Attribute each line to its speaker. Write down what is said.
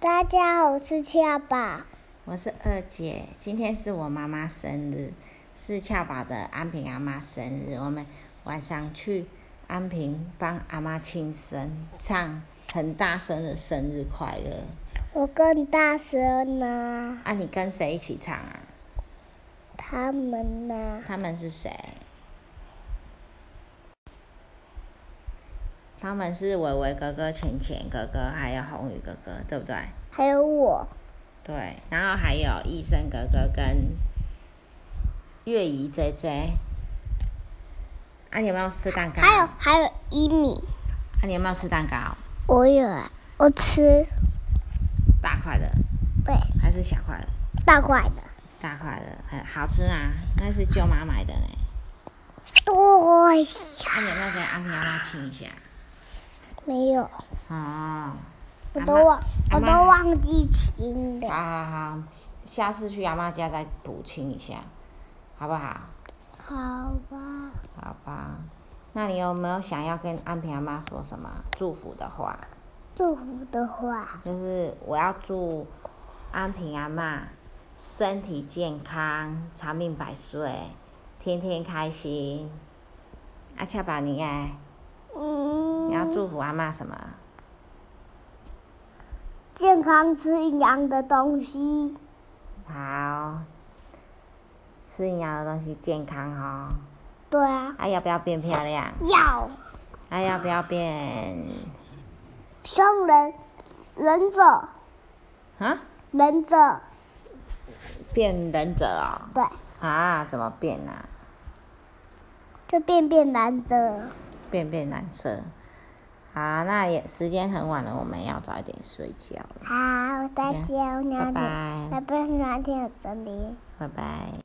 Speaker 1: 大家好，我是恰宝。
Speaker 2: 我是二姐，今天是我妈妈生日，是俏宝的安平阿妈生日，我们晚上去安平帮阿妈庆生，唱很大声的生日快乐。
Speaker 1: 我更大声呢、
Speaker 2: 啊，你跟谁一起唱啊？
Speaker 1: 他们呢、
Speaker 2: 他们是谁？他们是伟伟哥哥、浅浅哥哥，还有宏宇哥哥，对不对？
Speaker 1: 还有我，
Speaker 2: 嗯对，然后还有医生哥哥跟月姨姐姐。啊，你有没有吃蛋糕？
Speaker 1: 还有还有一米，
Speaker 2: 啊，你有没有吃蛋糕？
Speaker 1: 我有啊，我吃，
Speaker 2: 大块的
Speaker 1: 对，
Speaker 2: 还是小块的？
Speaker 1: 大块的，
Speaker 2: 大块的，很好吃吗？那是舅妈买的呢。
Speaker 1: 对
Speaker 2: 啊，你有
Speaker 1: 呀，
Speaker 2: 没有给阿平阿妈亲一下？
Speaker 1: 没有，
Speaker 2: 哦，
Speaker 1: 我
Speaker 2: 阿
Speaker 1: 都
Speaker 2: 嬷
Speaker 1: 忘，
Speaker 2: 阿
Speaker 1: 我
Speaker 2: 嬷
Speaker 1: 都忘记亲
Speaker 2: 好
Speaker 1: 了，
Speaker 2: 好好，下次去阿妈家再补亲一下，好不好？
Speaker 1: 好吧，
Speaker 2: 好吧，那你有没有想要跟安平阿妈说什么祝福的话？
Speaker 1: 祝福的话，
Speaker 2: 就是我要祝安平阿妈身体健康，长命百岁，天天开心。阿恰宝，你哎，
Speaker 1: 嗯，
Speaker 2: 你要祝福阿妈什么？
Speaker 1: 健康吃营养的东西，
Speaker 2: 好，吃营养的东西健康哦。
Speaker 1: 对啊，
Speaker 2: 还、要不要变漂亮？
Speaker 1: 要
Speaker 2: 还、要不要变？
Speaker 1: 凶人，忍者，
Speaker 2: 啊？
Speaker 1: 忍者，
Speaker 2: 变忍者哦？
Speaker 1: 对，
Speaker 2: 啊？怎么变啊？
Speaker 1: 就变变男者。
Speaker 2: 变变蓝色。好，那也时间很晚了，我们要早一点睡觉了，
Speaker 1: 好，再见，我哪
Speaker 2: 拜
Speaker 1: 天，
Speaker 2: 嗯
Speaker 1: 拜
Speaker 2: 拜，
Speaker 1: 拜，哪天有整理。
Speaker 2: 拜拜。